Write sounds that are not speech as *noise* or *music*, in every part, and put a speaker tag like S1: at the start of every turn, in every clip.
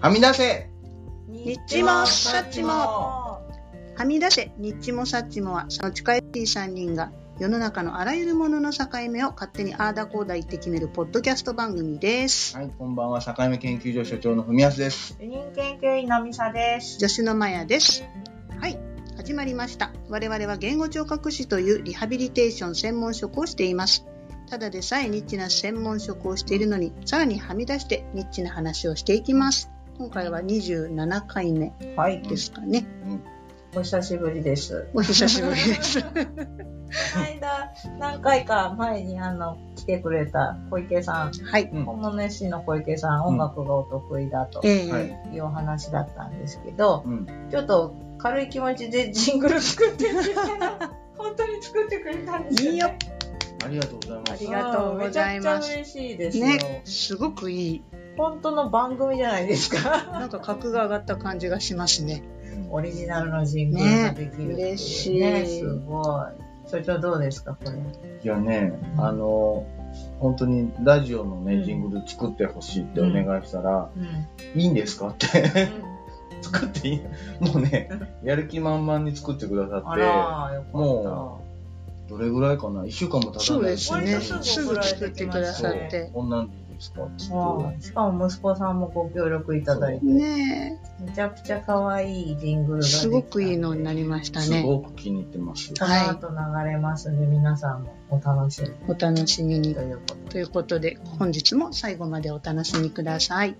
S1: はみ出せ
S2: ニッチもサッチ
S3: も
S2: はみ出せ、ニッチもサッチもは、その近い3人が、世の中のあらゆるものの境目を勝手にあーだこーだ言って決めるポッドキャスト番組です。
S1: はい、こんばんは、境目研究所所長の文康です。
S3: 主任研究員のミサです。
S2: 助手のマヤです。はい、始まりました。我々は言語聴覚士というリハビリテーション専門職をしています。ただでさえニッチな専門職をしているのに、さらにはみ出してニッチな話をしていきます。今回は27回目
S3: はい、
S2: ですかね。
S3: お久しぶりです。
S2: お久しぶりです。
S3: この間、何回か前にあの、来てくれた小池さん、
S2: はい。
S1: うん
S3: 本物 SC の小池さん、
S1: うん
S3: 音楽がお得意だと
S2: えー
S1: はい
S3: いうお話だったんですけど、
S1: うん、
S3: ちょっと軽い気持ちでジングル作ってるんです *laughs* けど、本当に作ってくれたんですよ、ね。
S2: いいよ
S1: ありがとうございま
S2: あ
S1: す
S2: り。がとうござい
S3: うんめちゃ
S2: ま
S3: く
S2: す
S3: ちゃ嬉しいですよ。
S2: ね、すごくいい。
S3: 本当の番組じゃないですか。
S2: なんか格が上がった感じがしますね。
S3: オリジナルのジングルができるっていう、ね。
S2: ね嬉しい
S3: すごい。所長どうですか、これ。
S1: いやね、あの、本当にラジオの
S3: う
S1: ね、
S3: ん
S1: ジングル作ってほしいってお願いしたら、
S3: *laughs* うん。
S1: いいんですかって、 *laughs* 作っていいもうね、やる気満々に作ってくだ
S3: あ
S1: さ
S3: ら、よかった。
S1: も
S3: う、
S1: って、どれぐらいかな ?1 週間も経たない。
S2: そうですね。
S3: 割と
S2: す
S3: すぐ送
S2: ぐ
S3: られ
S2: 作ってて
S3: き
S2: く
S3: ま
S2: だ
S3: す
S2: さ
S3: ね
S2: って。
S1: こんなんでいいですかって
S3: うんしかも息子さんもご協力いただいて、
S2: ね
S3: めちゃくちゃ可愛いジングルがで
S2: え、
S3: きた
S2: すごくいいのになりました
S1: す
S2: ね。
S1: ごく気に入ってます。
S3: この後流れますんで、皆さんもお楽しみ
S2: お楽しみに
S3: と。いうことで。
S2: ということで、本日も最後までお楽しみください。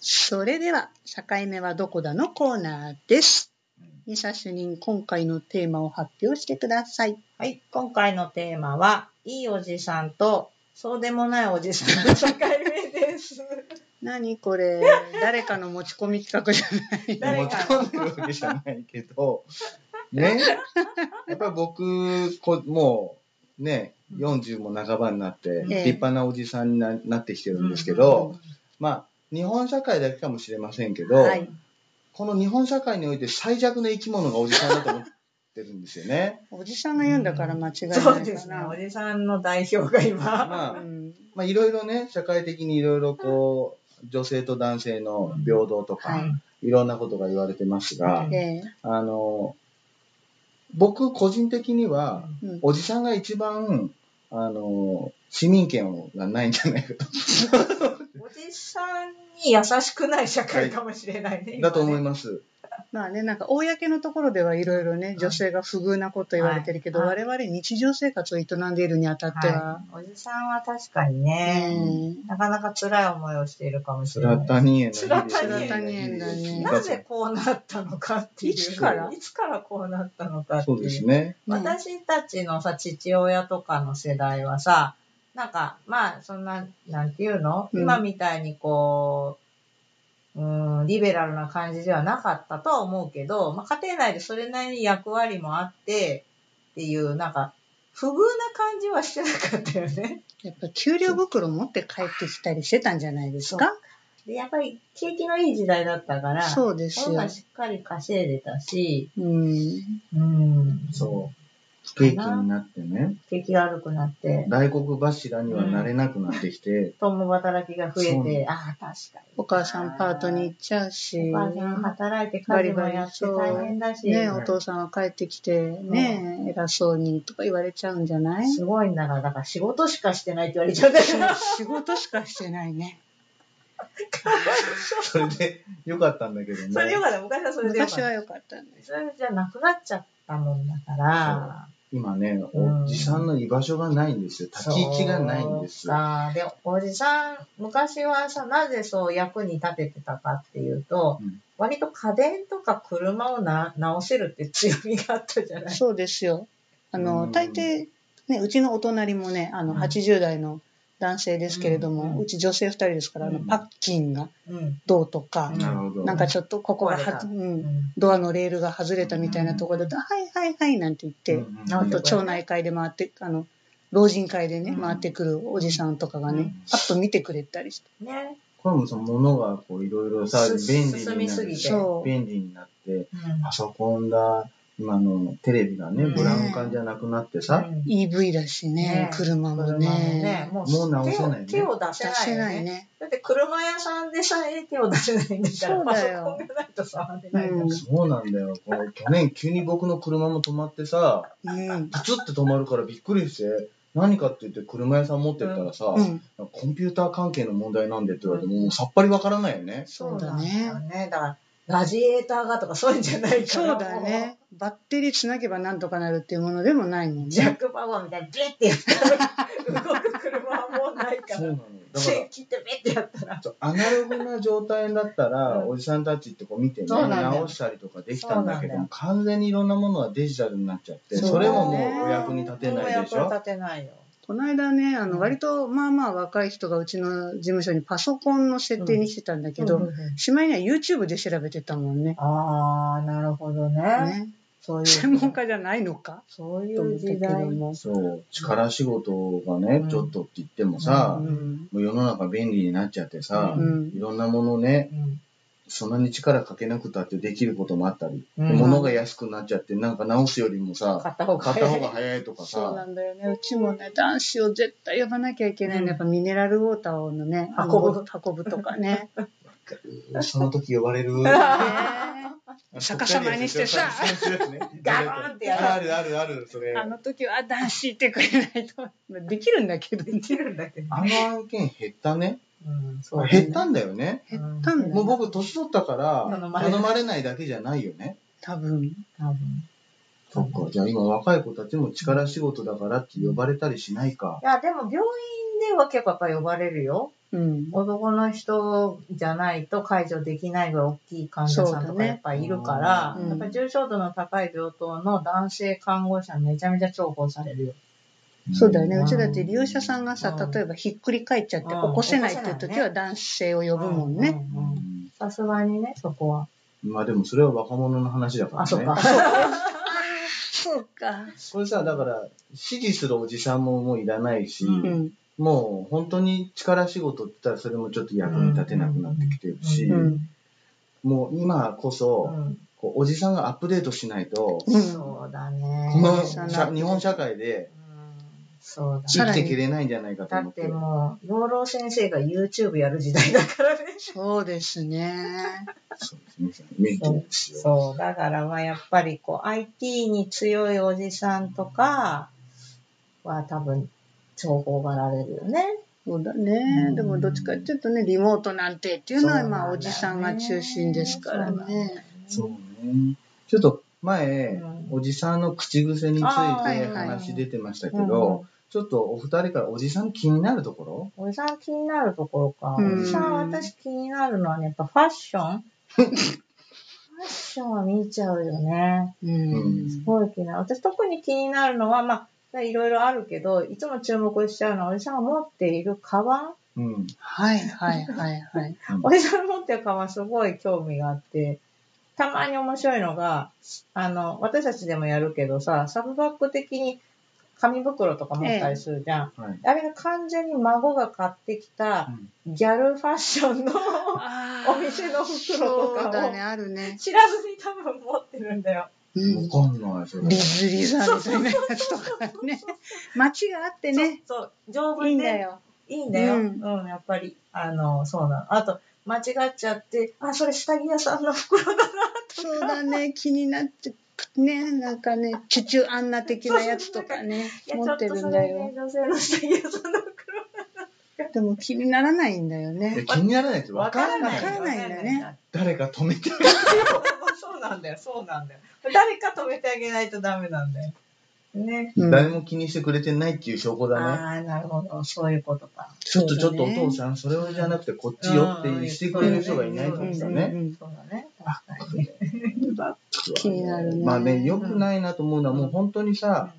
S2: それでは、境目はどこだのコーナーです。ミサ主任、今回のテーマを発表してください。
S3: はい、今回のテーマは、いいおじさんと、そうでもないおじさ
S2: *laughs*
S3: んの境目です。
S2: 何これ誰かの持ち込み企画じゃ *laughs* ない
S3: 誰
S1: 持
S3: か
S1: ち込んでるわけじゃないけど、ね、やっぱり僕こ、もう、ね、40も半ばになって、立派なおじさんにななってきてるんですけど、まあ、日本社会だけかもしれませんけど、
S2: はい
S1: この日本社会において最弱の生き物がおじさんだと思ってるんですよね。
S2: *laughs* おじさんが言うんだから間違いない
S3: そうで
S2: か
S3: すね、
S2: な
S3: お。じさんの代表が今。
S1: まあ
S2: う、ん
S1: まあ、いろいろね、社会的にいろいろこう、女性と男性の平等と
S2: は
S1: か、いろんなことが言われてますが、
S2: ええ
S1: あの、僕個人的には、
S2: うん
S1: おじさんが一番、あの、市民権がないんじゃないかと。
S3: おじさんに優しくない社会かもしれないね。今ね
S1: だと思います。
S2: まあね、なんか公のところではいろいろね、女性が不遇なこと言われてるけど、
S3: はい
S2: 我々日常生活を営んでいるにあたっては、
S3: はいおじさんは確かに
S2: え
S3: ね、
S2: ー
S3: なかなか辛い思いをしているかもし
S1: ス
S3: れな
S1: ラ
S3: い。
S1: タニエの日
S3: ス
S1: 々
S3: ラ
S1: です。
S2: タニエの日々
S3: なぜこうなったのかっていう。
S2: いつから
S3: いつからこうなったのかってい
S1: そう
S3: う。
S1: ですね。
S2: ね
S3: 私たちのさ、父親とかの世代はさ、なんか、まあ、そんな、なんていうの、
S2: うん
S3: 今みたいにこう、うーん、リベラルな感じではなかったとは思うけど、まあ、家庭内でそれなりに役割もあって、っていう、なんか、不遇な感じはしてなかったよね。 *laughs*
S2: やっぱ給料袋持って帰ってきたりしてたんじゃないですか
S3: で、やっぱり景気のいい時代だったから、
S2: そうです
S3: そん
S2: よ
S3: な。しっかり稼いでたし、
S2: うん。
S3: うん、
S1: そう。不景気になってね、
S3: 景気が悪くなって、
S1: 大黒柱にはなれなくなってきて、
S3: 共働きが増え
S1: そう
S3: て、ああ、確かに。
S2: お母さんパートに行っちゃうし、
S3: お母さん働いて家事もやって大変だし、
S2: ねえ、お父さんは帰ってきて、ねえ、偉そうにとか言われちゃうんじゃない
S3: すごいんだから、だから仕事しかしてないって言われちゃった
S1: *laughs*
S3: から、
S2: 仕事しかしてないね。
S1: それでよかったんだけどね。
S3: それよかった、昔はそれでよかっ
S2: 昔は
S3: た。
S2: 良かったんです。
S3: それじゃなくなっちゃったもんだから、
S1: 今ね、
S3: うん
S1: おじさんの居場所がないんですよ。立ち位置がないんですよ。
S3: あで、おじさん、昔はさ、なぜそう役に立ててたかっていうと、
S1: うん
S3: 割と家電とか車をな直せるって強みがあったじゃない
S2: そうですよ。あ
S1: う
S2: の、
S1: ん
S2: 大抵、ね、うちのお隣もね、あの、
S3: うん
S2: 80代の男性ですけれども、う
S3: うん
S2: ち女性2人ですから、あの
S3: うん
S2: パッキンが
S3: うん。
S2: どうとか、
S1: なるほど。
S2: なんかちょっとここが
S3: 壊れ
S2: は
S3: た
S2: ず、う、
S3: うんん。
S2: ドアのレールが外れたみたいなところだと、はいはいはいなんて言って、
S1: うんうん
S3: な
S2: あ
S3: ん
S2: と
S3: か
S2: 町内会で回って、あの、老人会でね、
S3: うん
S2: 回ってくるおじさんとかが
S3: う
S2: ね
S1: ん、
S2: パッと見てくれたりして。
S3: ね。
S1: これもその物がこういろいろさ、
S3: す
S1: 便利
S3: 進み
S1: にな
S3: す
S1: る
S3: ぎて
S2: そう
S1: 便利になって、
S3: うん。
S1: パソコンだ、今のテレビがね、
S3: うん
S1: ブラウン管じゃなくなってさ、
S3: うん
S2: EV だしね
S3: ね、
S2: 車
S3: 車
S2: も
S3: もね
S2: ね、、
S3: もう
S1: もう直せないね
S3: 手を手を出
S2: 出
S3: せ
S2: せ
S3: な
S2: ない
S3: よ
S2: い
S3: ね。
S2: ね。
S3: だって車屋さんでさえ手を出せないんだから、
S2: そう
S3: パ
S2: だ
S3: ソ
S2: よ
S3: コンがないと触れないんだ
S2: うん
S1: そうなんだよ。これ去年急に僕の車も止まってさ、
S2: うん。
S1: プツって止まるからびっくりして、何かって言って車屋さん持ってったらさ、
S2: うん。
S1: コンピューター関係の問題なんでって言われても、もうさっぱりわからないよね。
S2: そうだね
S3: そうなんだよね。だから、ラジエーターがとかそういうんじゃないか
S2: そ
S3: ら。
S2: うだね。バッテリーつなげばなんとかなるっていうものでもないもん
S3: もう。ジャッ
S2: ね。
S3: クパワーみたいにビッてやったら、動く車はもうないか
S1: そうな
S3: ら
S1: の。。だか
S3: ス
S1: ら
S3: イッ、チってビッてやったら。
S1: そうアナログな状態だったら、
S3: うん
S1: おじさんたちってこう見てね、
S3: そうなんだよ
S1: 直したりとかできたんだけど
S3: そうなんだよ
S1: 完全にいろんなものはデジタルになっちゃって、
S2: そう
S1: それももうお役に立てないでし
S3: もう役
S1: ょ
S3: に。立てないよ。
S2: この間ね、あ
S3: う
S2: の、
S3: ん
S2: 割とまあまあ若い人がうちの事務所にパソコンの設定にしてたんだけ
S3: うんう
S2: ど、
S3: んうん
S2: しまいには YouTube で調べてたもんね。
S3: あー、なるほどね。
S2: ね。
S3: そういう。
S2: 専門家じゃないのか
S3: そうい
S2: と思
S3: う
S2: ったけ
S3: 時
S2: ど
S3: 代。
S2: も。
S1: そう、力仕事がね、
S3: うん
S1: ちょっとって言ってもさ、
S2: う
S1: も
S2: ん。
S1: う世の中便利になっちゃってさ、
S2: うん
S1: いろんなものね、
S3: うん
S1: そんなに力かけなくたってできることもあったり、
S3: うん
S1: 物が安くなっちゃって、なんか直すよりも
S3: 買
S1: さ、
S3: った方が
S1: 買っ
S3: 早
S1: た
S3: い。
S1: 方が早いとか
S2: そう
S1: さ、
S2: なんだよね。うちもね、男子を絶対呼ばなきゃいけないの、
S3: うん
S2: やっぱミネラルウォーターをね、あの
S3: 運ぶ
S2: 運ぶとかね。
S1: その時呼ばれ
S3: *laughs*
S1: る。
S2: 逆さまにしてさ
S3: ガバンってやる
S1: あるあるある、それ。
S2: あの時は男子いてくれない *laughs* と。できるんだけどね。
S3: できるんだけど。
S1: あの案件減ったね。
S3: うん、そ
S2: ね
S3: う。
S1: 減ったんだよね。
S2: 減ったんだよ、
S1: もう僕、年取ったから、
S3: 頼まれない
S1: 頼まれないだけじゃないよね。
S2: 多分。
S3: 多分。
S1: そっか。じゃあ今、若い子たちも力仕事だからって呼ばれたりしないか。
S3: いや、でも病院では結構やっぱ呼ばれるよ。
S2: うん。
S3: 男の人じゃないと解除できないぐらい大きい患者さん
S2: そ
S3: と
S2: う
S3: か
S2: だね
S3: やっぱいるから、
S2: うん
S3: やっぱ重症度の高い病棟の男性看護師はめちゃめちゃ重宝されるよ。
S2: そうだよね。
S1: ん
S2: うちだって利用者さんがさ
S3: う、ん
S2: 例えばひっくり返っちゃって
S3: うん
S2: 起こせないっていう時は男性を呼ぶもんね。
S3: うんうんうん。
S1: ん
S3: さすがにね、そこは。
S1: まあでも、それは若者の話だからね。
S3: あ、そっか。
S2: そうか。
S1: これさ、だから、支持するおじさんももういらないし、
S3: う
S2: うん。
S1: もう本当に力仕事って言ったらそれもちょっと役に立てなくなってきてるし、
S2: うん
S1: もう今こそ、こうおじさんがアップデートしないと、
S3: う
S2: うんん
S3: そうだね。
S1: この
S2: そ
S1: 社
S2: う
S1: 日本社会で
S3: うんそうだね。
S2: さ
S1: 生
S2: ら
S1: き
S2: に
S1: ていけれないんじゃないかと
S3: だ
S1: 思
S3: っ
S1: って
S3: て。もう、養老先生が YouTube やる時代だからね。
S2: そうですね。
S1: そうですね。免許ですよ。
S3: そう、だからまあやっぱりこう IT に強いおじさんとかは多分重宝がられるよね。
S2: そうだね、
S3: うん
S2: でもどっちかっていうとね、リモートなんてっていうのは、まあ、おじさんが中心ですから
S3: そうなんだよ
S2: ね。
S1: そうね。ちょっと前、
S3: うん
S1: おじさんの口癖について
S3: あーはい
S2: はい
S1: 話出てましたけ
S3: うん
S1: ど、ちょっとお二人からおじさん気になるところ
S3: おじさん気になるところか。
S2: うん
S3: おじさん私気になるのはね、やっぱファッションファッションは見ちゃうよね。
S2: うん
S1: うん
S3: すごい気になる。私特に気になるのは、まあ、いろいろあるけど、いつも注目しちゃうのは、おじさんが持っているカバン
S1: うん。
S2: はいはいはいはい。
S3: おじさん持ってる革すごい興味があって、たまに面白いのが、あの、私たちでもやるけどさ、サブバッグ的に紙袋とか持ったりするじゃん。
S1: はい。
S3: あれが完全に孫が買ってきたギャルファッションのお店の袋とかを
S2: *laughs* そうだね、あるね。
S3: 知らずに多分持ってるんだよ。
S2: うん。
S1: わかんない、それ。
S2: リズリザみたいなやつとかね。街があってね、
S3: そう、丈夫で
S2: いいんだよ。
S3: いいんだよ。
S2: う
S3: うんん、やっぱり。あの、そうなの。あと、間違っちゃって、あ、それ下着屋さんの袋だな。
S2: そうだね、 *laughs* 気になって、ね、なんかね、チュチュアンナ的なやつとかね、
S3: いや、
S2: 持
S3: ちょ
S2: っ
S3: ってと
S2: る
S3: そ
S2: んだ
S3: れね
S2: よ。、
S3: 女性の下着屋さんの袋
S2: でも気にならないんだよ
S1: いや
S2: ね。
S1: 気にならないです。わからない。
S2: わからないんだね。
S1: 誰か止めて。
S3: *laughs* そうなんだよ、そうなんだよ。誰か止めてあげないとダメなんだよ。ね。
S2: うん
S1: 誰も気にしてくれてないっていう証拠だね。
S3: ああ、なるほど、そういうことか。
S1: ちょっとち
S2: そ
S1: ょ
S2: う
S1: っと
S2: だ
S1: お
S2: ね
S1: 父さん、それじゃなくてこっちよってしてくれる人がいないと
S3: そう
S1: か
S3: だ
S1: ね。
S2: うん
S3: そうだね、確かにね。
S2: 気になるね。
S1: まあね、良くないなと思うのはもう本当にさ、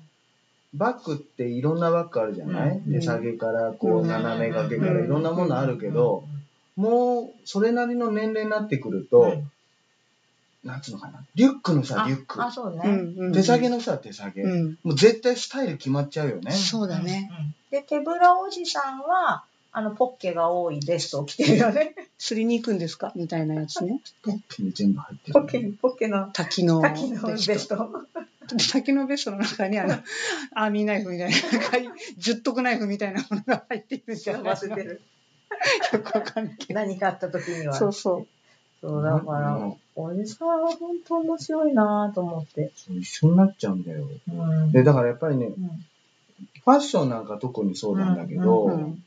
S1: バッグっていろんなバッグあるじゃない、
S3: うん
S1: 手下げから、こ
S3: う
S1: う、*laughs*
S3: ん
S1: 斜め掛けからいろんなものあるけど、、もう、それなりの年齢になってくる
S3: うん
S1: と、なんつうのかな、リュックのさ、リュック
S3: あ、あ、。そうね。
S1: 手下げのさ、手下げ。
S2: うん。
S1: もう絶対スタイル決まっちゃうよね。
S2: そうだね。
S3: うん。で、手ぶらおじさんは、あの、ポッケが多いベストを着てるよ
S2: *laughs*
S3: ね。
S2: 釣りに行くんですかみたいなやつね。
S1: ポッケに全部入って
S3: ポ
S1: る
S3: ッ。ケ、ポッケの
S2: 滝のベ
S3: 滝のベ
S2: ス
S3: ス
S2: ト。
S3: ト。
S2: 滝のベストの中に、あの、 *laughs* アーミーナイフみたいな、赤 *laughs* い十徳ナイフみたいなものが入っているん
S3: *laughs*
S2: じゃない
S3: 忘れて
S2: る。
S3: る。
S2: よくわかんないけ
S3: 何かあった時に
S2: ど。
S3: は。
S2: そうそう。
S3: そう、だから、
S1: うん
S3: おじさんは本当面白いなぁと思って。
S1: そう一緒になっちゃうんだよ。
S3: うん。
S1: で、だからやっぱりね、
S3: うん
S1: ファッションなんか特にそうなんだけど、
S3: うん
S2: うん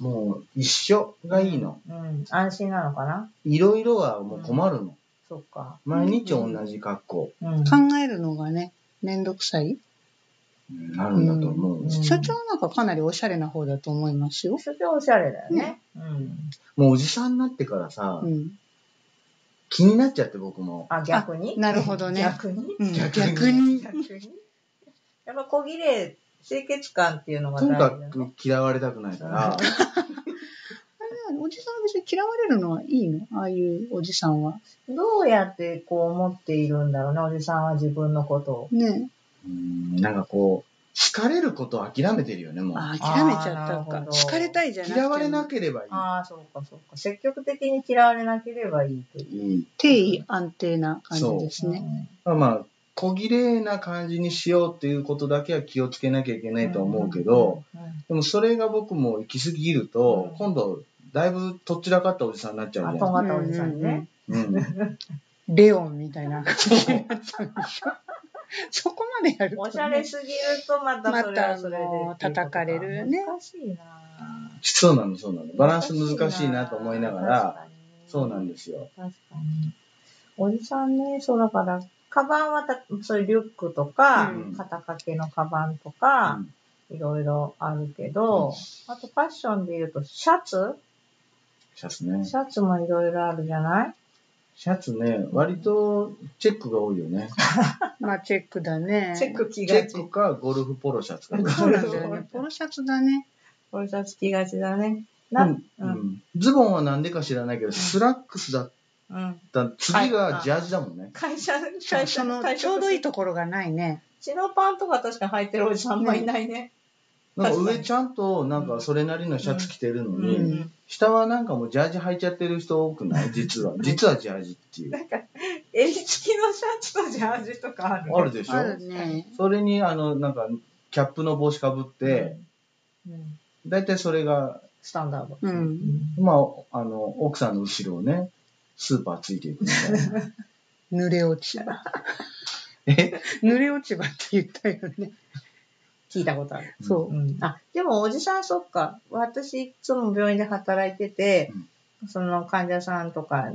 S1: もう一緒がいいの。
S3: うん。安心なのかない
S1: ろいろはもう困るの。
S3: そっか。
S1: 毎日同じ格好
S3: うん。
S2: 考えるのがね、めんどくさい。
S1: になるんだと思う。
S3: うん
S2: 所長なんかかなりおしゃれな方だと思いますよ。
S3: それおしゃれだよね。うん。
S1: もうおじさんになってからさ、
S2: うん。
S1: 気になっちゃって僕も。
S3: あ、逆に
S2: なるほどね
S3: 逆に
S2: うん
S1: 逆に
S2: 逆に。
S3: 逆にやっぱ小切れ、清潔感っていうのが
S1: と
S3: 大
S1: に
S3: 事だ
S1: か
S3: ね。
S1: く嫌われたくないから、
S2: おじさんは別に嫌われるのはいいのああいうおじさんは。
S3: どうやってこう思っているんだろうな、おじさんは自分のことを。
S2: ね
S1: うんなんかこう、好かれることを諦めてるよね、もう。
S2: ああ、諦めちゃった
S3: あーなる
S2: か
S3: ほ。ど
S2: 好かれたいじゃなくて。
S1: 嫌われなければい
S3: ああ、そうかそうか。積極的に嫌われなければいいという。
S1: い。いい
S2: 定位安定な感じですね。
S1: まあまあ、小綺麗な感じにしようっていうことだけは気をつけなきゃいけないと思うけど、
S3: うん、うん
S1: でもそれが僕も行き過ぎると、
S3: うん
S1: 今度、だいぶとっちらかったおじさんになっちゃうじゃ
S3: あ
S1: ん。
S3: わかったおじさんね
S1: うん、
S2: レオンみたいな感じになっちゃうんでしょ *laughs* そこまでやるとね、
S3: おしゃれすぎるとまたそれはそれでっていうことか。
S2: またあの叩かれるね
S3: 難しいなぁ。
S1: そうなの、そうなの。バランス難しいなと思いながら、、そうなんですすよ。
S3: 確かに。おじさんね、そうだから、カバンはた、そういうリュックとか、
S1: うん
S3: 肩掛けのカバンとか、いろいろあるけど、あとファッションで言うと、シャツ
S1: シャツね。
S3: シャツもいろいろあるじゃない
S1: シャツね、割とチェックが多いよね。
S2: まあチェックだね。
S3: チェッ。ク着
S1: チェ
S3: が
S1: ッ
S3: ち。
S1: クかゴルフポロシャツか。
S2: そうなんだよね。ポロシャツだね。
S3: これシャツ着がちだね。
S1: う
S3: な、
S1: んうんズボンはなんでか知らないけど、スラックスだっ
S3: うん。
S1: た、次がジャージだもんね。
S3: 会社、会社
S2: その、ちょうどいいところがないね。
S3: チノパンとか確かに履いてるおじさんあんまいないね。
S1: なんか
S3: 確かに
S1: 上ちゃんとなんかそれなりのシャツ着てるのに、
S2: うん
S1: 下はなんかもうジャージ履いちゃってる人多くない実は。実はジャージっていう。
S3: 襟付きのシャツとジャージとかある、
S1: あるでしょ
S2: あるね。
S1: それにあの、なんかキャップの帽子かぶって、
S3: うん、
S1: だいたいそれが、
S3: スタンダード。
S2: う。
S3: うんん
S1: まあ、あの、奥さんの後ろをね、スーパーついていくみたい
S3: *laughs*
S1: な。
S2: 濡れ落ち葉。
S1: え
S2: *laughs* 濡れ落ち葉って言ったよね。
S3: 聞いたことある。
S2: そうう。
S3: ん、あでもおじさんそっか私いつも病院で働いてて、その患者さんとか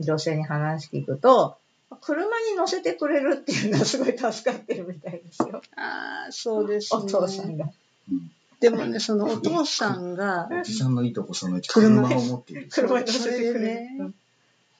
S3: 女性に話聞くと車に乗せてくれるっていうのはすごい助かってるみたいですよ
S2: ああ、そうです
S3: お
S2: ね。
S3: 父さんが。
S1: うん
S2: でもね、そのお父さんが、
S1: おじさんのいいとこそのうち
S2: 車
S1: 車を持っている。
S3: 車に乗せてくれる
S2: それでね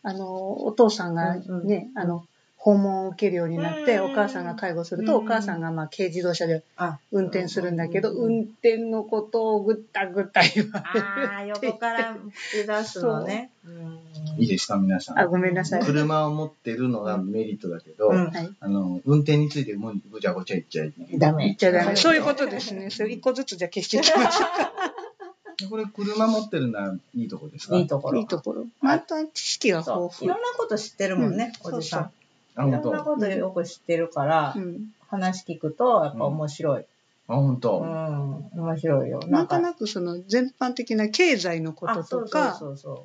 S2: あの、お父さんがね、
S3: うんうん
S2: あの、訪問を受けるようになって、
S3: うん
S2: お母さんが介護する
S3: う
S2: と、
S3: ん
S2: お母さんがまあ軽自動車で
S3: あ
S2: 運転するんだけど、
S3: うんうん
S2: 運転のことをぐったぐった言われる。
S3: あー横から吹き出すのね。うん
S1: いいですか、皆さ
S2: *laughs* あ、
S1: ん。
S2: ごめんなさい。
S1: 車を持ってるのがメリットだけど、
S3: うん
S2: はい。
S1: あの、運転についてもうごちゃごちゃ言っちゃいけない。
S3: ダメ。
S2: じゃあダメ、そういうことですね。それ一個ずつじゃ消していきましょ
S1: これ車持ってるのはいいとこですか
S3: いいとこ
S2: う。
S3: ろ。
S2: *laughs* いいところ。まあ、あとは知識が豊
S3: そう。い
S2: 富
S3: ろ。んなこと知ってるもんね、
S2: うん
S3: おじさん。
S1: あ、本
S3: いろんな
S1: 当。
S3: ことよく知ってるから、
S2: うん。
S3: 話聞くと、やっぱ面白い。
S1: あ、本
S3: う
S1: 当。
S3: ん、面白いよ。
S2: なんとなくその全般的な経済のこと
S3: あそうそ
S2: と
S3: う
S2: か、
S3: そうそ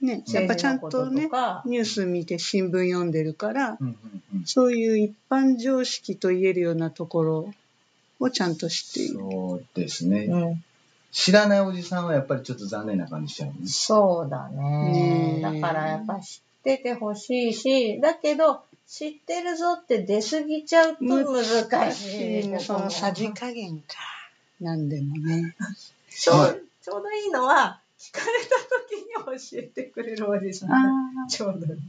S2: ね、
S3: う。
S2: やっぱちゃんと
S3: 政治の
S2: ね
S3: こ、か
S2: ニュース見て新聞読んでるから、
S1: うんうんうん。
S2: そういう一般常識と言えるようなところをちゃんと知っている。
S1: そうですね。
S3: うん、
S1: 知らないおじさんはやっぱりちょっと残念な感じしちゃうね。
S3: そうだね。
S2: ねえ
S3: だからやっぱ知っててほしいし、だけど、知ってるぞって出過ぎちゃうと難しい。
S2: ねそのさじ加減か。なんでもね。
S3: ちょう
S1: はい
S3: ちょうどいいのは、聞かれた時に教えてくれるおじさん。
S2: あ
S3: ちょうどいい。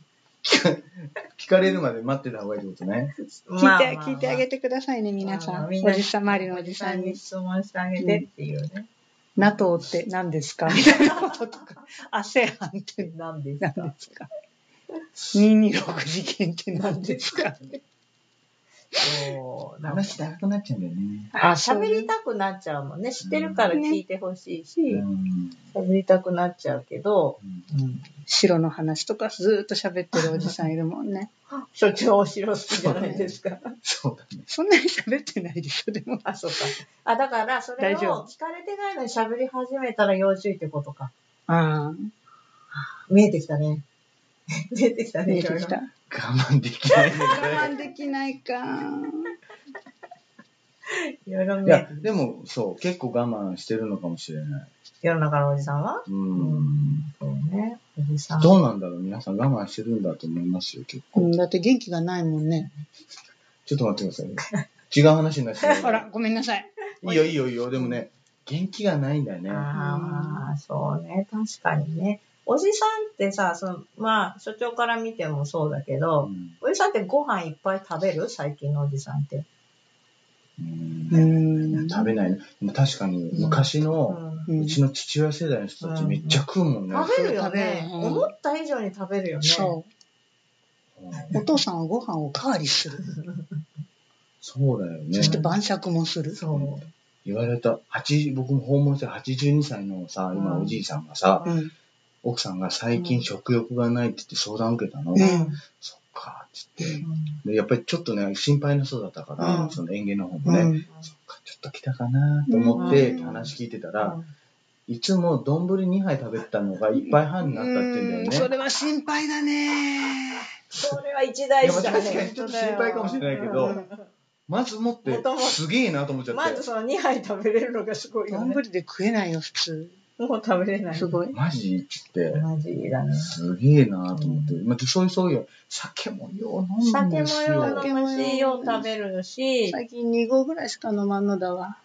S1: 聞かれるまで待ってた方がいいってことね。
S2: 聞いて、聞いてあげてくださいね、皆さん。おじさん、周りのおじさんに。
S3: 質問してあげてっていうね。
S2: NATO って何ですかみたいなこととか。ASEAN って
S3: 何ですか
S2: 何ですか ?226 次元って何ですか
S3: そうなんか
S1: 話長くなっちゃうんだよね。
S3: あ、喋りたくなっちゃうもんね。知ってるから聞いてほしいし、
S1: うん
S3: 喋りたくなっちゃうけど、
S2: 白の話とかずーっと喋ってるおじさんいるもんね。
S3: 所長お城好きじゃないですか。
S1: そうだね。
S2: そんなに喋ってないでしょ、でも。
S3: *laughs* あ、そうか。あ、だから、それを
S2: 大丈夫
S3: 聞かれてないのに喋り始めたら要注意ってことか。
S2: ああ、
S3: 見えてきたね。見えてきたね、
S2: 見え
S3: いろ
S2: て
S3: い
S2: き
S3: ろ。
S2: た。
S1: 我慢できないんだよね。
S2: 我慢できないか。
S3: いろいろ
S1: い
S3: 見え
S1: や
S3: て、きた。
S1: でも、そう、結構我慢してるのかもしれない。
S3: 世の中のおじさんは
S1: うん。
S3: そうね。おじさん。
S1: どうなんだろう皆さん我慢してるんだと思いますよ、結
S2: う
S1: 構。
S2: ん、だって元気がないもんね。
S1: ちょっと待ってください。違う話になっちゃう。
S2: *laughs* ほら、ごめんなさい。
S1: いいよ、いいよ、いいよ。でもね、元気がないんだよね。
S3: ああ、そうね。確かにね。おじさんってさ、その、まあ、所長から見てもそうだけ
S1: う
S3: ど、
S1: ん
S3: おじさんってご飯いっぱい食べる最近のおじさんって。
S1: うん
S2: うーん。
S1: 食べないね。でも確かに、昔
S3: う
S1: の、
S3: ん。
S2: うん
S1: うちの父親世代の人たちめっちゃ食うもんね。
S3: 食べるよ
S2: 食べるよ
S3: ね。
S2: ね
S3: 思った以上に食べるよね。
S2: そ
S1: うん
S2: う。お父さんはご飯をおかわりする。
S1: そうだよね
S2: そ。して晩酌もする。
S3: そう。
S1: 言われた、80僕も訪問して82歳のさ、今
S3: うん
S1: おじいさんがさ、
S2: うん。
S1: 奥さんが最近食欲がないって言って相談受けたの。
S2: うん
S1: そっか、つって。で、やっぱりちょっとね、心配な人だったから、
S2: うん
S1: その園芸の方
S2: う
S1: もね、
S2: ん。
S1: そっか、ちょっと来たかなと思って
S2: うん
S1: 話聞いてたら、いつも丼2杯食べてたのが1杯半になったって言うんだよ
S2: うん
S1: ね。
S2: それは心配だね。
S3: それは一大
S1: いや
S3: 事だ
S1: まあ確かに
S3: ね。
S1: ちょっと心配かもしれないけど、
S3: うん
S1: まずもって
S3: もとも、と
S1: すげえなと思っちゃって。
S3: まずその2杯食べれるのがすごいよね。
S2: 丼で食えないよ、普通。
S3: もう食べれない。
S2: すごい。
S1: マジっつって、
S3: マジだね。
S1: すげえなと思って。まあ、そういうそういう、酒もよう飲むん
S3: 酒
S1: で
S3: も
S1: す
S3: よ
S1: よ。
S3: う飲むし、よう食べるし、
S2: 最近2合ぐらいしか飲まんのだわ。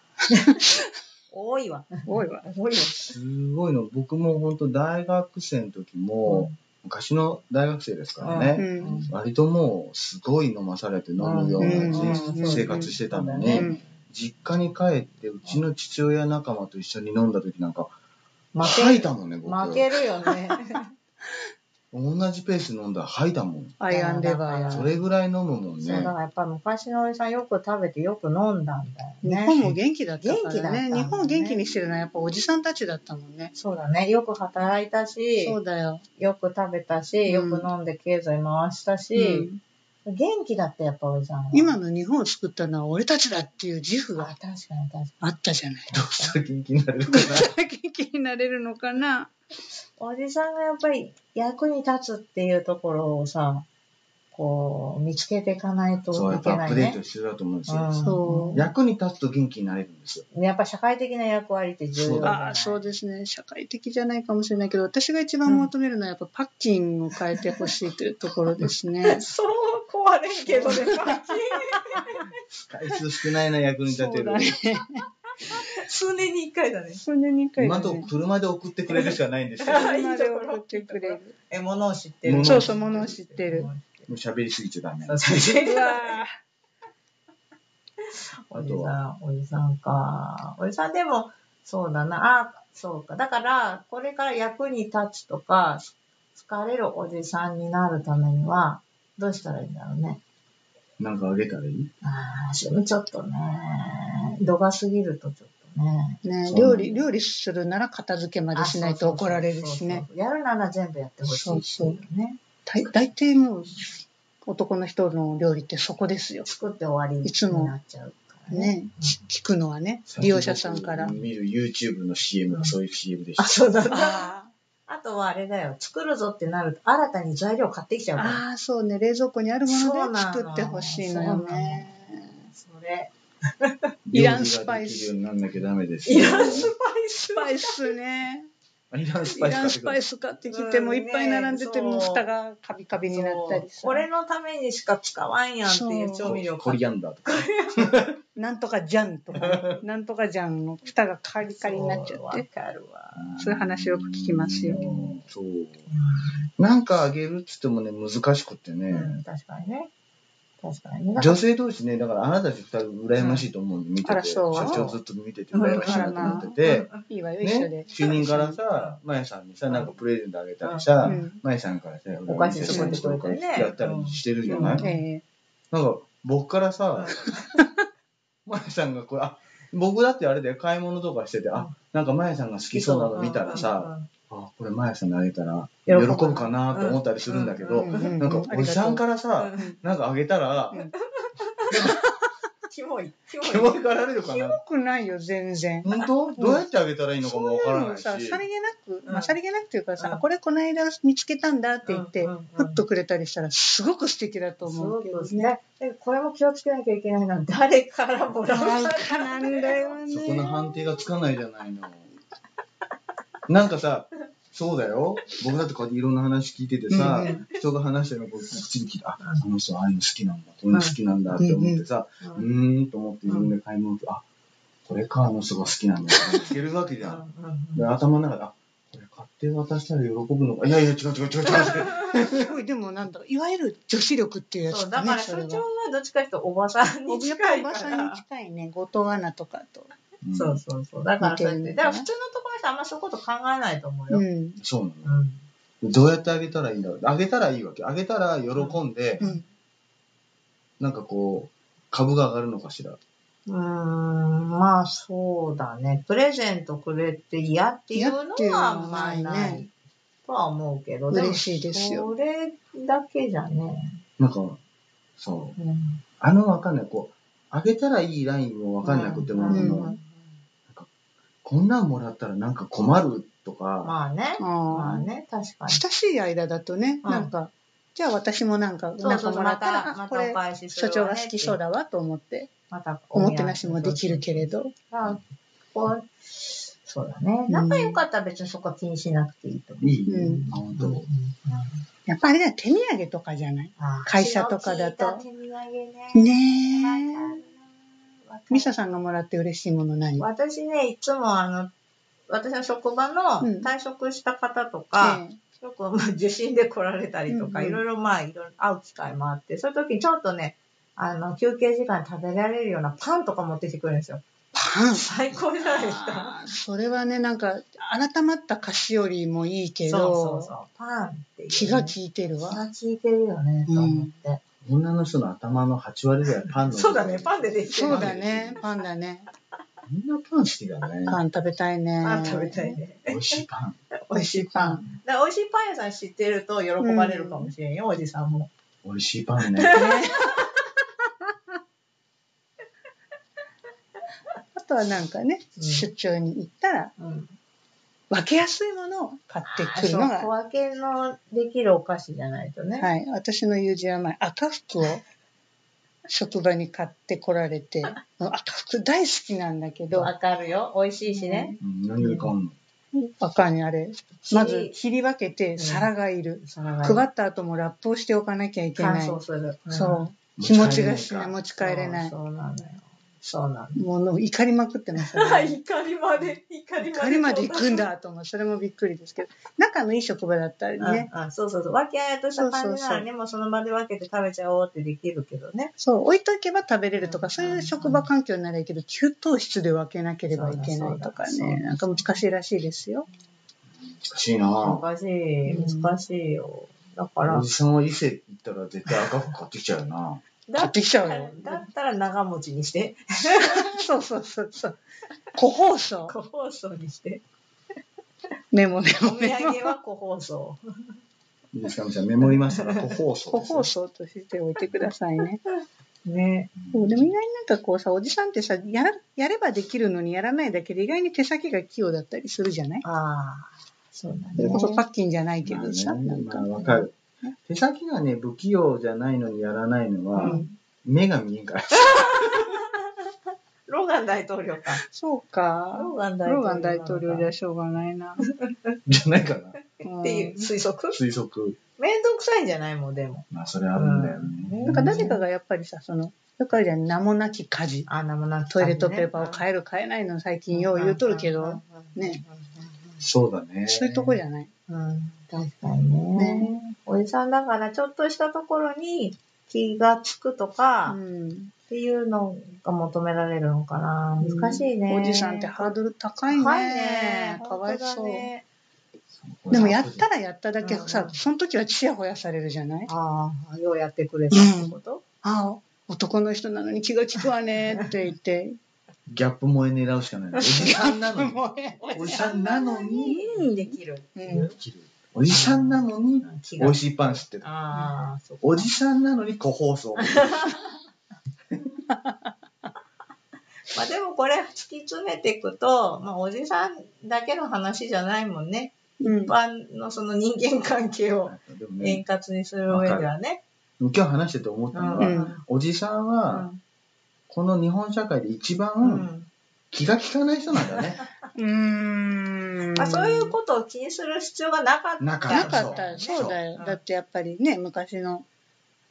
S3: 多いわ。
S2: 多いわ。
S3: 多いわ。
S1: すごいの。僕も本当大学生の時も、昔の大学生ですからね。
S2: うん。
S1: 割ともうすごい飲まされて飲むよう
S2: うん
S1: な
S3: うん
S1: 生活してたのに、
S3: うん
S1: 実家に帰ってうちの父親仲間と一緒に飲んだ時なんか
S3: 負
S1: 吐
S3: け
S1: いたもんね僕
S3: 負けるよね。
S1: 同じペース飲んだら吐いたもん
S2: アイアンレバー
S3: うん
S2: や。
S1: それぐらい飲むもん
S3: そうだ
S1: ね
S3: からやっぱ昔のおじさんよく食べてよく飲んだんだよ
S2: 日
S3: ね。
S2: 本も元気だったか
S3: 元気だ
S2: ら
S3: ったも
S2: ね。
S3: んね
S2: 日本を元気にしてるのはやっぱおじさんたちだったもんね。
S3: そうだね。よく働いたし
S2: そ、うだよ。
S3: よく食べたし、よく飲んで経済回したし、
S2: うん
S3: 元気だったやっぱおじさんは。
S2: 今の日本を作ったのは俺たちだっていう自負
S3: あ、
S2: が
S3: 確かに確かに。
S2: あったじゃない。
S1: どうしたら元気になれるかな
S2: 元気になれるのかな
S3: おじさんがやっぱり役に立つっていうところをさ、こう、見つけていかないと
S1: そうや
S3: い
S1: っぱ
S3: け
S1: ア
S3: な
S1: ッ
S3: い
S1: プデート
S3: ね。
S1: 必要だと思うんです
S3: うん
S1: よ
S2: そう
S1: 役に立つと元気になれるんですよ
S3: やっぱ社会的な役割って重要だ。
S2: ああ、そうですね。社会的じゃないかもしれないけど、私が一番求めるのはやっぱパッキンを変えてほしいというところですね
S3: そう壊れんけどね、
S1: 回数少ないな役に立
S2: そ
S1: て
S2: う
S1: る
S2: だね。
S3: 数年に一回だね。
S2: それに一回
S1: 今
S2: だ
S1: と
S2: ね。
S1: 車で送ってくれるしかないんですよ
S3: いい
S2: 車
S3: と
S2: で
S3: ころ
S2: 送ってくれ *laughs* る。
S3: え、物を知ってる。
S1: 物を知ってるそう
S2: そう物を知ってる。
S1: もう喋りすぎちゃダメ
S3: そうそうそう
S2: うわ
S3: おじさん、おじさんか。おじさんでも、そうだな。あ、そうか。だから、これから役に立つとか、好かれるおじさんになるためには、どうしたらいいんだろうね。
S1: なんかあげたらいい
S3: ああ、でもちょっとね、度が過ぎるとちょっとね。
S2: ーね
S1: そう
S2: 料理、料理するなら片付けまでしないと
S3: あそうそうそう
S2: 怒られるしね。。
S3: そうそうやるなら全部やってほしいってい
S2: そう
S3: うね。
S2: 大大抵もう、男の人の料理ってそこですよ。
S3: 作って終わり
S2: いつも
S3: になっちゃうからね。
S2: ね、聞くのはね、利用者さんから。
S1: 見る YouTube の CM がそういう CM でし
S3: あ、
S1: た
S3: そうだな。
S2: あ
S3: あとはあれだよ。作るぞってなると、新たに材料買ってきちゃうから。
S2: あー、そうね、冷蔵庫にあるもので作ってほしいのよ
S3: そうなの
S2: ね。
S3: それ。
S2: イランスパイ
S1: 料理ができる
S2: ス
S1: ようになんなきゃダメです
S3: い
S1: よ。
S3: や、スパイス
S2: ス。パイスね。
S1: いらんス
S2: い
S1: パイス
S2: ら
S1: 買
S2: んス
S1: ってく
S2: パ
S1: る
S2: イス買ってきても、いっぱい並んでて
S3: うん
S2: も、
S3: ねそう
S2: 蓋がカビカビになったりさ。
S3: そうこれのためにしか使わんやんっていう調味料
S1: コ
S3: 買っ
S1: リアンダーとか。
S2: なんとかジャンとか *laughs* ね、なんとかジャンの蓋がカリカリになっちゃ
S3: そう
S2: っ
S3: わ
S2: て。
S3: かるわ。
S2: そういう話よく聞きますよ
S1: うんそう。なんかあげるっつってもね、難しくってね。
S3: うん、確かにね。確かにね。
S1: 女性同士ね、だからあなたたち二人羨ましいと思うの見てて、
S2: あら
S1: 社
S2: そう
S1: 長ずっと見てて羨ましいなと思ってて、
S2: いいわよ、一緒
S1: ね
S2: で、。
S1: 主任からさ、まやさんにさ、なんかプレゼントあげたりさ
S2: うん、
S1: まやさんからさ、
S3: お菓子
S2: 作って
S3: くれたりね
S1: やったりしてるじゃな
S3: う
S1: い
S3: ん
S2: ええ
S1: なんか、僕からさ
S3: う、
S1: まやさんがこれ、あ、僕だってあれだよ、買い物とかしてて、あ、なんかまやさんが好きそうなの見たらさ、あ、これまやさんにあげたら、喜
S3: 喜ぶ
S1: ぶかなと思ったりするんだけど
S2: う、んうん
S1: なんかおじさんから
S3: うん、
S1: さ、
S3: うんうん
S1: なんかあげたら
S2: う、ん
S3: キモい。キ
S1: 気持ちがられるかな
S2: よくないよ、全然。
S1: 本当どうやってあげたらいいのかもわからないし。
S2: さ、さりげなく、ま
S3: う
S2: あ、
S3: ん
S2: さりげなくというかさ、
S3: うん
S2: あこれこの間見つけたんだって言って、
S3: うんうんう
S2: ふ
S3: ん
S2: っとくれたりしたら、すごく素敵だと
S3: そ
S2: 思うけど
S3: うです
S2: ね。
S3: ね。でこれも気をつけなきゃいけないのは、誰からもらう
S2: なん
S3: か
S2: かなんだよね。
S1: そこの判定がつかないじゃないの。なんかさ、そうだよ。僕だってこうやっていろんな話聞いててさ、
S2: うんう
S1: 人が話してるのこう口に聞いて、あ、この人ああいうの好きなんだ、こういうの好きなんだって思ってさ、う
S3: うん
S1: ーんと思って自分で買い物行くあ、これか、あの人が好きなんだって聞けるわけじゃん。で頭の中で、あ、これ買って渡したら喜ぶのか。いやいや、違う違う違う違うって。
S2: すごい、でもなんだろう、いわゆる女子力っていうやつ
S3: そう、だ
S2: だね
S3: から、、
S2: そ
S3: 所
S2: れ
S3: 長
S2: は。
S3: はどっちかというとおばさんに
S2: やっ
S3: 近
S2: ぱ
S3: い
S2: お
S3: か
S2: ば
S3: ら。
S2: さんに近いね、後藤アナとかと。
S1: うん
S3: そうそうそう。だからそうやって、
S2: 似てるね
S3: だから普通のところの人あんまそういうこと考えないと思うよ。
S2: う
S3: うん。
S2: ん。
S1: そうなの。どうやってあげたらいいんだろう。あげたらいいわけ。あげたら喜んで、
S2: うん。
S1: なんかこう、株が上がるのかしら。
S3: うーん、まあそうだね。プレゼントくれって嫌っていうのはあんまり
S2: 嫌って
S3: な
S2: いうのはないね
S3: いとは思うけど、
S2: 嬉しいですよ
S3: もそれだけじゃね。
S1: なんか、そう。
S3: うん。
S1: あのわかんない、こう、あげたらいいラインもわかんなくても、
S3: うん
S1: あのこんなんもらったらなんか困るとか、
S3: まあね。まあ
S2: ああ。
S3: ね、確かに。
S2: 親しい間だとね、
S3: うん
S2: なんか、じゃあ私もなんか、
S3: そ
S2: な
S3: うんそ
S2: か
S3: うそ
S2: も
S3: う、
S2: ら
S3: ま
S2: ったら、
S3: た、
S2: あ
S3: ま
S2: こ
S3: たお
S2: れ、
S3: 返しする
S2: 所
S3: わね。
S2: 長が好きそうだわと思って、
S3: また
S2: おもてなしもできるけれど。
S3: あこうそうだね。
S2: ん
S3: 仲良かったら別にそこは気にしなくていいと思
S1: いい、
S2: うん
S1: あ本
S3: う。
S1: 当。
S2: やっぱあれだよ、手土産とかじゃない
S3: あー
S2: 会社とかだと
S3: 気の利いた手土産ね。
S2: ねえ。
S3: わかる
S2: ミサさんがもらって嬉しいもの何
S3: 私ね、いつもあの、私の職場
S2: う
S3: の
S2: ん
S3: 退職した方とか、
S2: え
S3: よくまあ受信で来られたりとか、
S2: うんう
S3: い
S2: ん
S3: ろいろまあ、いろいろ会う機会もあって、そういう時にちょっとね、あの、休憩時間に食べられるようなパンとか持ってきてくれるんですよ。
S2: パン
S3: 最高じゃないですか。
S2: あーそれはね、なんか、改まった菓子よりもいいけ
S3: そうそうそ
S2: ど、
S3: う。パンっていうね、
S2: 気が利いてる
S3: 気
S2: わ。
S3: が利いてるよね、と思って。
S1: 女の人の頭の8割ぐらいパンの。
S3: そうだね、パンでできてる。
S2: そうだね、パンだね。
S1: みんなパン好きだね。
S2: パン食べたいね。
S3: パン食べたい。ね。
S1: 美味しいパン。
S3: 美味しいパン。
S2: ン。
S3: だから美味しいパン屋さん知ってると喜ばれるかもしれんよ、おじさんも。
S1: 美味しいパン *laughs* ね。
S2: あとはなんかね、
S3: うん
S2: 出張に行ったら、
S3: うん。
S2: 分けやすいものを買ってくるの
S3: あそう小
S2: が、
S3: 分けのできるお菓子じゃないとね。
S2: はい、私の友人は前、赤服を職場に買ってこられて、赤服大好きなんだけど、
S3: わかるよ。美味しいしね。
S1: うん、何より買うの。
S2: 赤にあれ、
S3: 切り
S2: まず切り分けて皿がいる。
S3: それが
S2: 配った後もラップをしておかなきゃいけ
S3: 乾
S2: ない。
S3: 燥する。ん
S2: そう。
S1: 持
S2: 気
S1: ち帰れないか
S2: 持ちがしない、持ち帰れない。
S3: そうそうなのよ。そうな
S2: もう怒りまくってま
S3: *laughs*
S2: した
S3: の。
S2: ね。
S3: 怒りまで、怒りまで。
S2: 狩りまで行くんだと思う。それもびっくりですけど。仲のいい職場だった
S3: うん。
S2: らね。
S3: うんそうそうそう。分けあやとした感じな
S2: そう
S3: ら
S2: そう
S3: ね、もうその場で分けて食べちゃおうってできるけどね。
S2: そう、置いとけば食べれると
S3: う
S2: か、
S3: ん
S2: そういう職場環境ならいいけど、給湯室で分けなければいけないとか
S3: そうだそう
S2: ね。
S3: だ
S2: なんか難しいらしいですよ。
S1: 難しいな
S3: 難しい、
S2: うん
S3: 難しいよ。だか
S1: ぁ。
S3: ら
S1: おじ、さんは伊勢行ったら絶対赤服買ってきちゃうよな。
S2: 買
S3: だ
S2: ってきちゃうよ。
S3: だったら長持ちにして、
S2: そうそうそうそう。個包装。
S3: 個包装にして。
S2: メモメ
S3: お
S2: モ
S3: 土
S2: メモ。
S3: 産は個包装。
S1: いいですか、みさん。メモりましたら、個包装
S2: 個
S1: ですね。
S2: 包装としておいてくださいね。
S3: ね。
S2: でも意外になんかこうさ、おじさんってさやら、やればできるのにやらないだけで意外に手先が器用だったりするじゃない
S3: ああ、そうだ
S2: それ
S3: ね
S2: こ。そパッキンじゃないけ
S1: まあ
S2: どさ、なん
S1: ね、
S2: か。
S1: まあわかる。手先がね、不器用じゃないのにやらないのは、 *laughs*
S2: うん
S1: 目が見えんから。
S3: ローガン大統領か。
S2: そうか。
S3: ローガン大統領なの
S2: ロー
S3: か。
S2: ガン大統領じゃしょうがないな。
S1: じゃないかな。
S2: っ
S3: っていう推測
S1: 推測。
S3: めんどくさいんじゃないもん、でも。
S1: まあ、それあるんだよ
S3: う
S1: ね。
S2: なんか誰かがやっぱりさ、その、よくあるじゃん、名もなき家事。
S3: あんなもんなん
S2: トイレットペーパーを
S3: え
S2: 変える変えないの最近よう言うとるけど、。ね。
S1: そうだね。
S2: そういうとこじ
S1: ん。
S2: ゃない。
S3: うん、確かにね
S2: ね
S3: おじさんだからちょっとしたところに気がつくとか、
S2: う
S3: っ
S2: ん。
S3: ていうのが求められるのかな。難しいね。
S2: おじさんってハードル高いね。
S3: 高いね。
S2: かわいそう
S3: 本当だ。ね
S2: でもやったらやっただけ
S3: う
S2: さ
S3: ん、
S2: その時はちやほやされるじゃない
S3: ああ、ようやってくれたってこと、
S2: ああ、男の人なのに気が利くわねって
S3: *laughs*
S2: 言って。
S1: ギャップ萌え狙うしかない。おじさんなのに。
S2: もうえ
S1: おじさんなのに。
S2: うん
S3: できるってい
S2: うん
S3: う。
S1: おじさんなのに、
S3: 気
S1: 美味しいパン知ってた。
S3: ああ、そっか
S1: おじさんなのに、個包装。
S3: まあでもこれ突き詰めていくと、まあおじさんだけの話じゃないもんね。
S2: うん
S3: 一般のその人間関係を
S1: でも
S3: 円
S1: ね、
S3: 滑にする上ではね。
S1: 今日話してて思ったの
S2: う
S1: は、
S2: ん
S1: おじさんは、この日本社会で一
S3: うん
S1: 番気が利かない人なんだ
S2: *laughs*
S1: ね。
S2: うーん。
S3: まあ、そういうことを気にする必要がなかった。
S1: なか
S2: な
S1: っ
S2: かった。そうだよ
S3: う。ん
S2: だってやっぱりね、昔の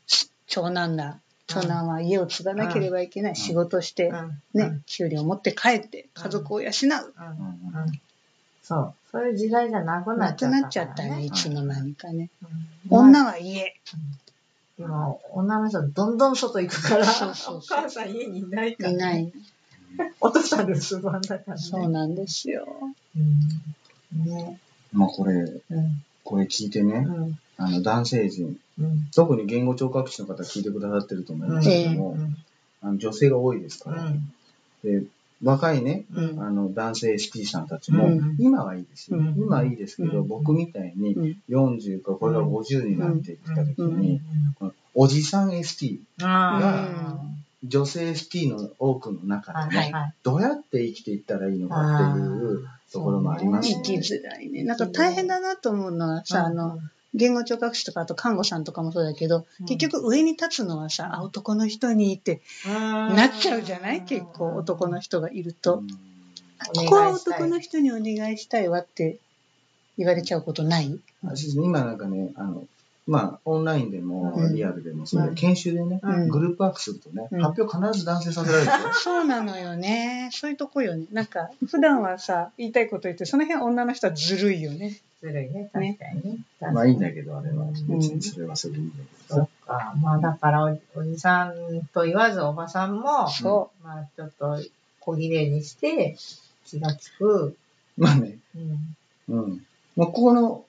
S2: し長男だ。長男は家を継がなければいけな
S1: うん
S2: い。仕事して、
S3: うん
S2: ね、給料を持って帰って、家族を養う。
S3: うん
S1: う
S3: うん
S1: ん
S3: そう。そういう時代じゃなくな
S2: な
S3: っちゃった
S2: く
S3: から、
S2: なっちゃったね、
S1: い
S2: いつの間にかね。
S3: うん
S2: 女は家。
S3: 今、女の人どんどん外行くから、
S2: そうそうそう
S3: お母さん家にいないから、
S2: いない。
S3: お父さん留守番だからね。
S2: そうなんですよ。
S3: うんね。
S1: まあこれ、
S3: うん。
S1: これ聞いてね、
S3: うん。
S1: あの男性陣、
S3: うん。
S1: 特に言語聴覚士の方聞いてくださってると思いますけども、あの女性が多いですから、で若いね、
S3: う
S1: あ
S3: ん。
S1: の男性 ST さんたちも、
S3: うん
S1: 今はいいですよ、
S3: うん
S1: 今はいいですけど、
S3: うん
S1: 僕みたいに
S2: うん
S1: 40かこれが50になっていった時に、
S2: うん
S1: このおじさん ST、
S3: あ
S1: 女性 ST の多くの中
S3: あ。は
S1: で
S3: い
S1: ね、
S3: はい。
S1: どうやって生きていったらいいのかっていうところもあります
S2: 生きづらいね。なんか大変だなと思うのはさ、あの、、言語聴覚士とかあと看護さんとかもそうだけど、
S3: うん
S2: 結局上に立つのはさ、あ男の人にってな
S3: な
S2: っちゃうじゃない結構男の人がいると。
S1: うん
S2: あ
S3: お願いしたい
S2: ここは男の人にお願いしたいわって言われちゃうことない
S1: 私今なんかね、あの、まあ、オンラインでも
S2: うん
S1: リアルでも、そうの
S3: ん
S1: 研修でね、
S2: うん
S1: グループワークするとね、
S2: うん
S1: 発表必ず男性させられるよ。
S2: そうなのよね。そういうとこよね。なんか、普段はさ、言いたいこと言って、その辺女の人はずるいよね。
S3: ずるいね、確かにね。
S1: まあいいんだけど、あれは。
S2: うん
S1: 別にそれはそれでいいんだけ
S3: そ
S1: ど
S3: っ
S1: さ。
S3: か。まあだからお、おじさんと言わずおばさんも、
S2: そ
S3: まあちょっと小切れにして、気がつく。
S1: まあね、
S3: うん。
S1: うん。まあ、ここの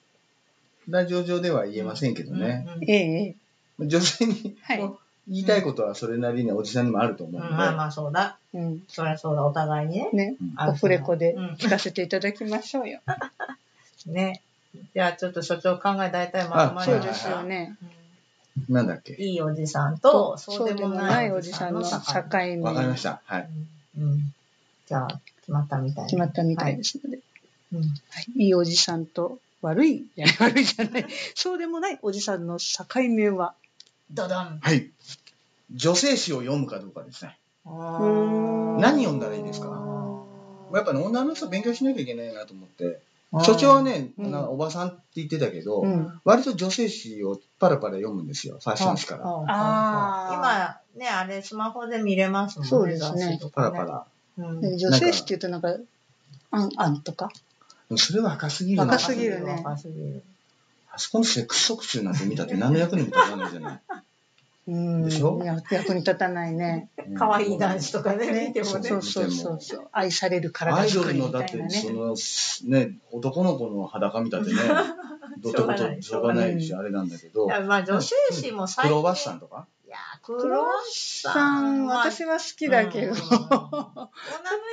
S1: ラジオ上では言えませんけどね、
S3: うん。
S2: う。ええ、
S1: 女性に
S2: はい
S1: こう言いたいことはそれなりにおじさんにもあると思
S3: う
S1: うんので、
S3: まあまあそうだ。
S2: ええ。うん。
S3: そりゃそうだ、お互いにね。
S2: ね、
S3: ある
S2: オフレコで
S3: うん
S2: 聞かせていただきましょうよ。
S3: ね。じゃあちょっと所長考え大体まと
S1: あ
S3: ま
S2: そ
S3: る
S2: うですよね。
S1: なんだっけ。
S3: いいおじさんと、
S2: そうでもないおじさんの境目。
S1: わかりました。は
S3: う
S1: い。
S3: んうん。じゃあ、決まったみたいな。
S2: 決まったみたいですので。
S3: うん。
S2: はい、いいおじさんと悪い、いや悪いじゃない、そうでもないおじさんの境目は。
S3: ドドン。
S1: はい。女性誌を読むかどうかですね。
S2: ーん
S1: 何読んだらいいですかやっぱね、女の人勉強しなきゃいけないなと思って。所長はね、
S2: うん
S1: なおばさんって言ってたけど、
S2: うん。
S1: 割と女性誌をパラパラ読むんですよ、ファッション誌から。
S2: あ
S3: 今ね、あれスマホで見れますもんね。
S2: そうですね
S3: 雑誌と
S1: パ
S3: か
S1: ラ
S3: ね
S1: パ。ラ。
S3: うん
S2: で女性誌って言うとなんか、あんあんとか。
S1: でもそれは赤すぎるな。
S2: 若赤すぎるね
S3: 若すぎる。
S1: あそこのセックス特集なんて見たって何の役にも立たないじゃ
S2: *laughs*
S1: ない。
S2: うん。
S1: でしょ
S2: いや役に立たないね。
S3: 可愛い男子とかね、
S2: ね
S3: 見てもね
S2: そ。うそうそうそう。愛される
S1: ア
S2: 体
S1: イド
S2: 作
S1: ル
S2: り
S1: の
S2: み
S1: だ
S2: た
S1: っ
S2: い
S1: て
S2: な、
S1: そ
S2: ね。
S1: の、ね、男の子の裸見た
S2: *laughs*
S1: ってね、どってことしょうがないし、あれなんだけど
S3: い、やまあ女性誌も最
S1: ク
S3: 近。
S1: ロワッサンとか
S3: いや、
S2: ク
S3: ク
S2: ロ
S3: ロ
S2: ワ
S3: ワッ
S2: ッ
S3: サ
S2: さん、
S3: ンは。
S2: 私は好きだけど。
S3: うん女の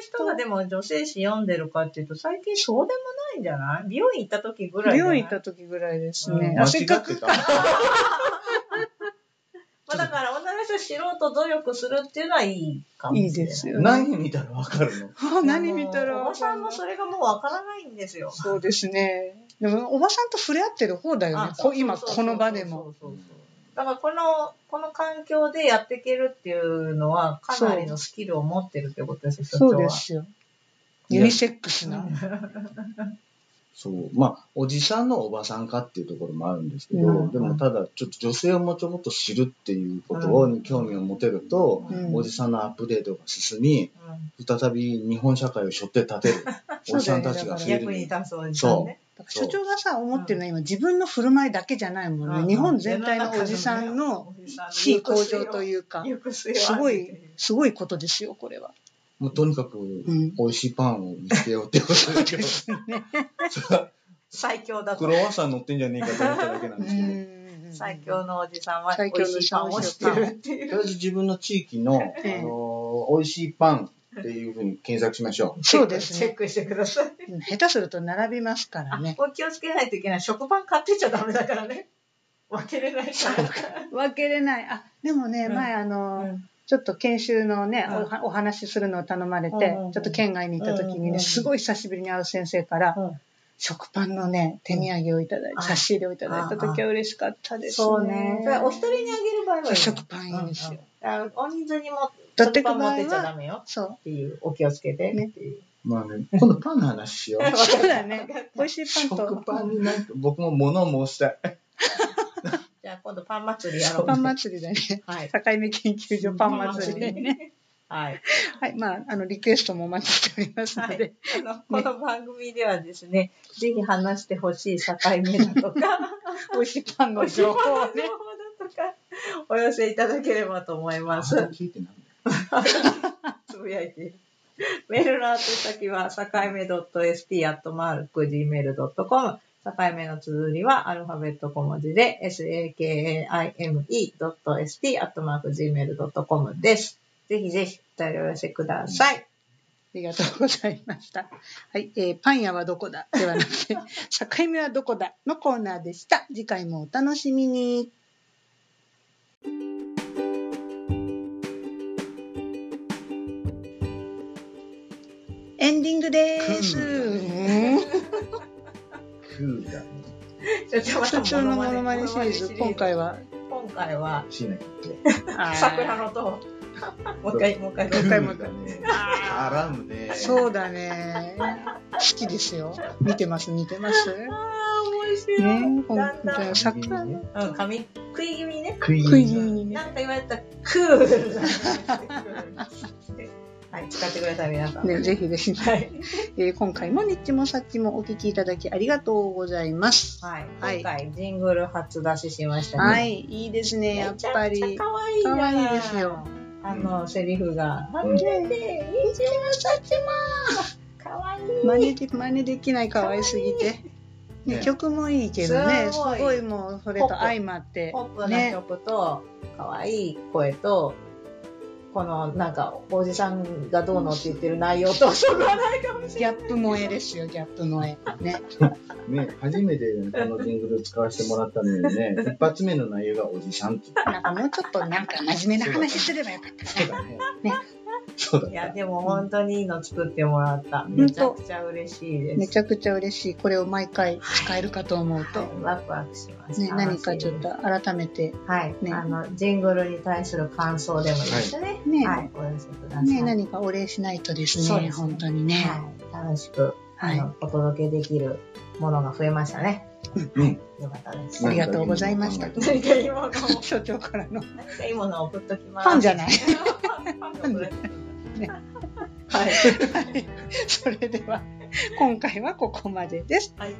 S3: 人がでも女性誌読んでるかっていうと、最近そうでもないんじゃない美容院行った時ぐらい
S2: 美
S3: じゃな
S2: 容
S3: い。
S2: 院行った時ぐらいです
S3: う
S2: ね。
S3: ん
S1: 間
S2: あ
S1: 違って
S2: せったか
S1: もん
S2: く
S3: まあだから女の人素人努力するっていうのはいいかもしれ
S2: い
S3: ない。
S2: いですよね。
S1: 何見たらわかるの
S2: あ何見たら
S3: おば
S2: わ
S3: さ
S2: か
S3: ん
S2: る
S3: もそれがもうわからないんですよ。
S2: そうですね。でも、おばさんと触れ合ってる方だよね。こ今、この場でも。
S3: そうそうそうだからこの、この環境でやっていけるっていうのは、かなりのスキルを持ってるってことですよ、社長
S2: そう
S3: は。
S2: ですよ。ユニセックスな。
S1: そう。まあ、おじさんのおばさんかっていうところもあるんですけど、
S2: うん
S1: でもただ、ちょっと女性をもちょもっと知るっていうことに興味を持てると、
S2: うん
S1: おじさんのアップデートが進み、
S3: うん
S1: 再び日本社会を背負って立
S2: *laughs*
S1: てるおじさんたちが増える
S3: 役に立つおじさんね。
S2: だから所長がさ、思ってるのは今、自分の振る舞いだけじゃないもんね。日本全体のおじさんの地位向上というか、すごい、すごいことですよ、これは。
S1: もうとにかく、
S2: ん
S1: 美味しいパンを見つけようってことだけど、
S2: *laughs*
S3: 最強だ
S1: ク
S3: と
S1: ロ。ワッサン乗ってんじゃねえかと思っただけなんですけど、
S3: 最強のおじさんは、
S2: 最強
S3: 美
S2: の
S3: 味しいパンを知ってるってい
S1: とりあ
S3: う。
S1: えず自分の地域の、あの
S2: ええ
S1: ー美味しいパンっていうふうに検索しましょ
S2: そうです
S3: チェッ
S2: ね。
S3: クしてください。
S2: うん下手すると並びますか
S3: *laughs*
S2: らね。
S3: これ気をつけないといけない。食パン買ってちゃダメだからね。分けれないから。
S2: 分けれない。あ、でもね、
S3: うん
S2: 前あの、
S3: うん
S2: ちょっと研修のね、
S3: うん
S2: おはお話しするのを頼まれて、
S3: うんうんうん
S2: ちょっと県外に行った時
S3: うんう
S2: に
S3: んう
S2: ね、
S3: ん
S2: すごい久しぶりに会う先生から、
S3: うん
S2: 食パンのね、手土産をいただいて、
S3: うん
S2: 差し入れをいただいた時は嬉しかったです、ね。
S3: そうね。だからお一人にあげる場合はいい
S2: そう
S3: の。
S2: 食パンいいんですよ。
S3: あお人数にも、
S2: 取って
S3: 食
S2: く場
S3: パ
S2: 合
S3: ン持
S2: は
S3: ってちゃダメよ
S2: そう。
S3: っていう、お気をつけてっていう。
S1: う。まあね、今度パンの話しよう。
S2: *laughs* そうだね。美味しいパン
S1: 食
S2: と。
S1: パンになんか僕も物申したい。
S3: じゃあ今度パン祭りやろう。
S2: パン祭りだね。
S3: はい。
S2: 境目研究所パン祭りね。
S3: ね。はい。
S2: はい。まあ、あの、リクエストもお待ちしておりますの
S3: は
S2: で。
S3: い、あのこの番組ではですね、ぜひ話してほしい境目だとか、
S2: *laughs* 美味しいパン
S3: お
S2: の
S3: 仕事
S2: 情
S3: の
S2: 報
S3: 情報
S2: をね。
S3: だとか、お寄せいただければと思います。
S1: 聞いてない
S3: つぶやいている。メールの宛先は、境目 .st.gmail.com。境目の綴りは、アルファベット小文字で、sakame.st.gmail.com です。ぜひぜひ、お便りお寄せください。
S2: ありがとうございました。はい、えーパン屋はどこだではなくて、境目はどこだのコーナーでした。次回もお楽しみに。エンディングです。
S1: ク
S2: うん
S1: クールだね。
S3: 社長
S2: 社長のモノマネシリーズ、今回
S3: は。
S2: は、
S3: 今回は、
S1: しなきゃって。
S2: あー
S3: 桜の *laughs* 塔。もう一回、もう一回。
S1: ク
S2: 一回も
S1: ールだね。絡むね。
S2: そうだね。好きですよ。見てます、見てます。ね、
S3: あー、面白い。
S2: ほん
S3: だんだん
S2: じゃあ桜の
S3: うん、髪、食い気味ね。
S1: 食い
S2: 食い
S1: 気
S2: 気
S1: 味に。
S2: 味にね。
S3: なんか言われたらクールだねはい、使ってくれた皆さん。
S2: ね、ぜひぜひ、
S3: はい。
S2: えー今回もニッチもさっちもお聞きいただきありがとうございます。
S3: はい、
S2: はい
S3: 今回ジングル初出ししましたね。
S2: は、い、いいですね、やっぱ
S3: めちゃく
S2: り
S3: ちゃ。可愛いじゃん
S2: 可愛いですよ。
S3: あの、セリフが。あ
S1: うん
S3: れで、ニチロサチマ可愛い。
S2: 真似で真似できない可愛すぎて。ね、
S1: ね
S2: 曲もいいけどね、す
S3: すごい
S2: ごいもうそれと相まって
S3: ポップ、な
S2: ね、
S3: 曲と、可愛い声と、このなんか、おじさんがどうのって言ってる内容と、そこはないかもし
S2: ギ
S3: れ
S2: ャ
S3: ない。
S2: ップ萌えですよ、ギャップ萌え。ね、
S1: ね、初めてこのジングル使わせてもらったのにね、一発目の内容がおじさんって言っ
S2: なんかもうちょっとなんか真面目な話すればよかった
S1: て
S2: か
S1: たね。
S2: ね
S1: そうだ
S3: *laughs* いや、
S1: ね。
S3: でも本当にいいの作ってもらった。
S1: うん
S3: めちゃくちゃ嬉しい
S2: な。め
S3: です。
S2: ちゃくちゃ嬉しい。これを毎回使えるかと思うと、
S3: ワクワクしまし
S2: ね、
S3: た。
S2: 何かちょっと
S3: 楽し
S2: 改めて
S3: みです。はい、
S2: ね
S3: あの、ジングルに対する感想でもいいですね。
S2: ね、
S3: はい、お寄せください。
S2: ね、何かお礼しないとです
S3: そう
S2: ね、
S3: ですね
S2: 本当にね。
S3: はい、楽しく、
S2: は
S3: あ
S2: い
S3: の、お届けできるものが増えましたね。
S1: うん。
S3: よかったです
S2: あ。りがとうございました
S3: 何かいいものを、
S2: 所長からの。
S3: 何かいいものを送っときます。
S2: パンじゃない
S3: *laughs* パンが送られてくる
S2: ね
S3: はい。
S2: はい。それでは、今回はここまでです。
S3: はい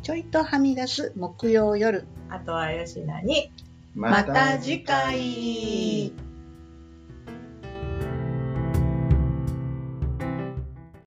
S2: ちょいとはみ出す木曜夜。
S3: あとは吉菜に、
S1: ま
S2: また次回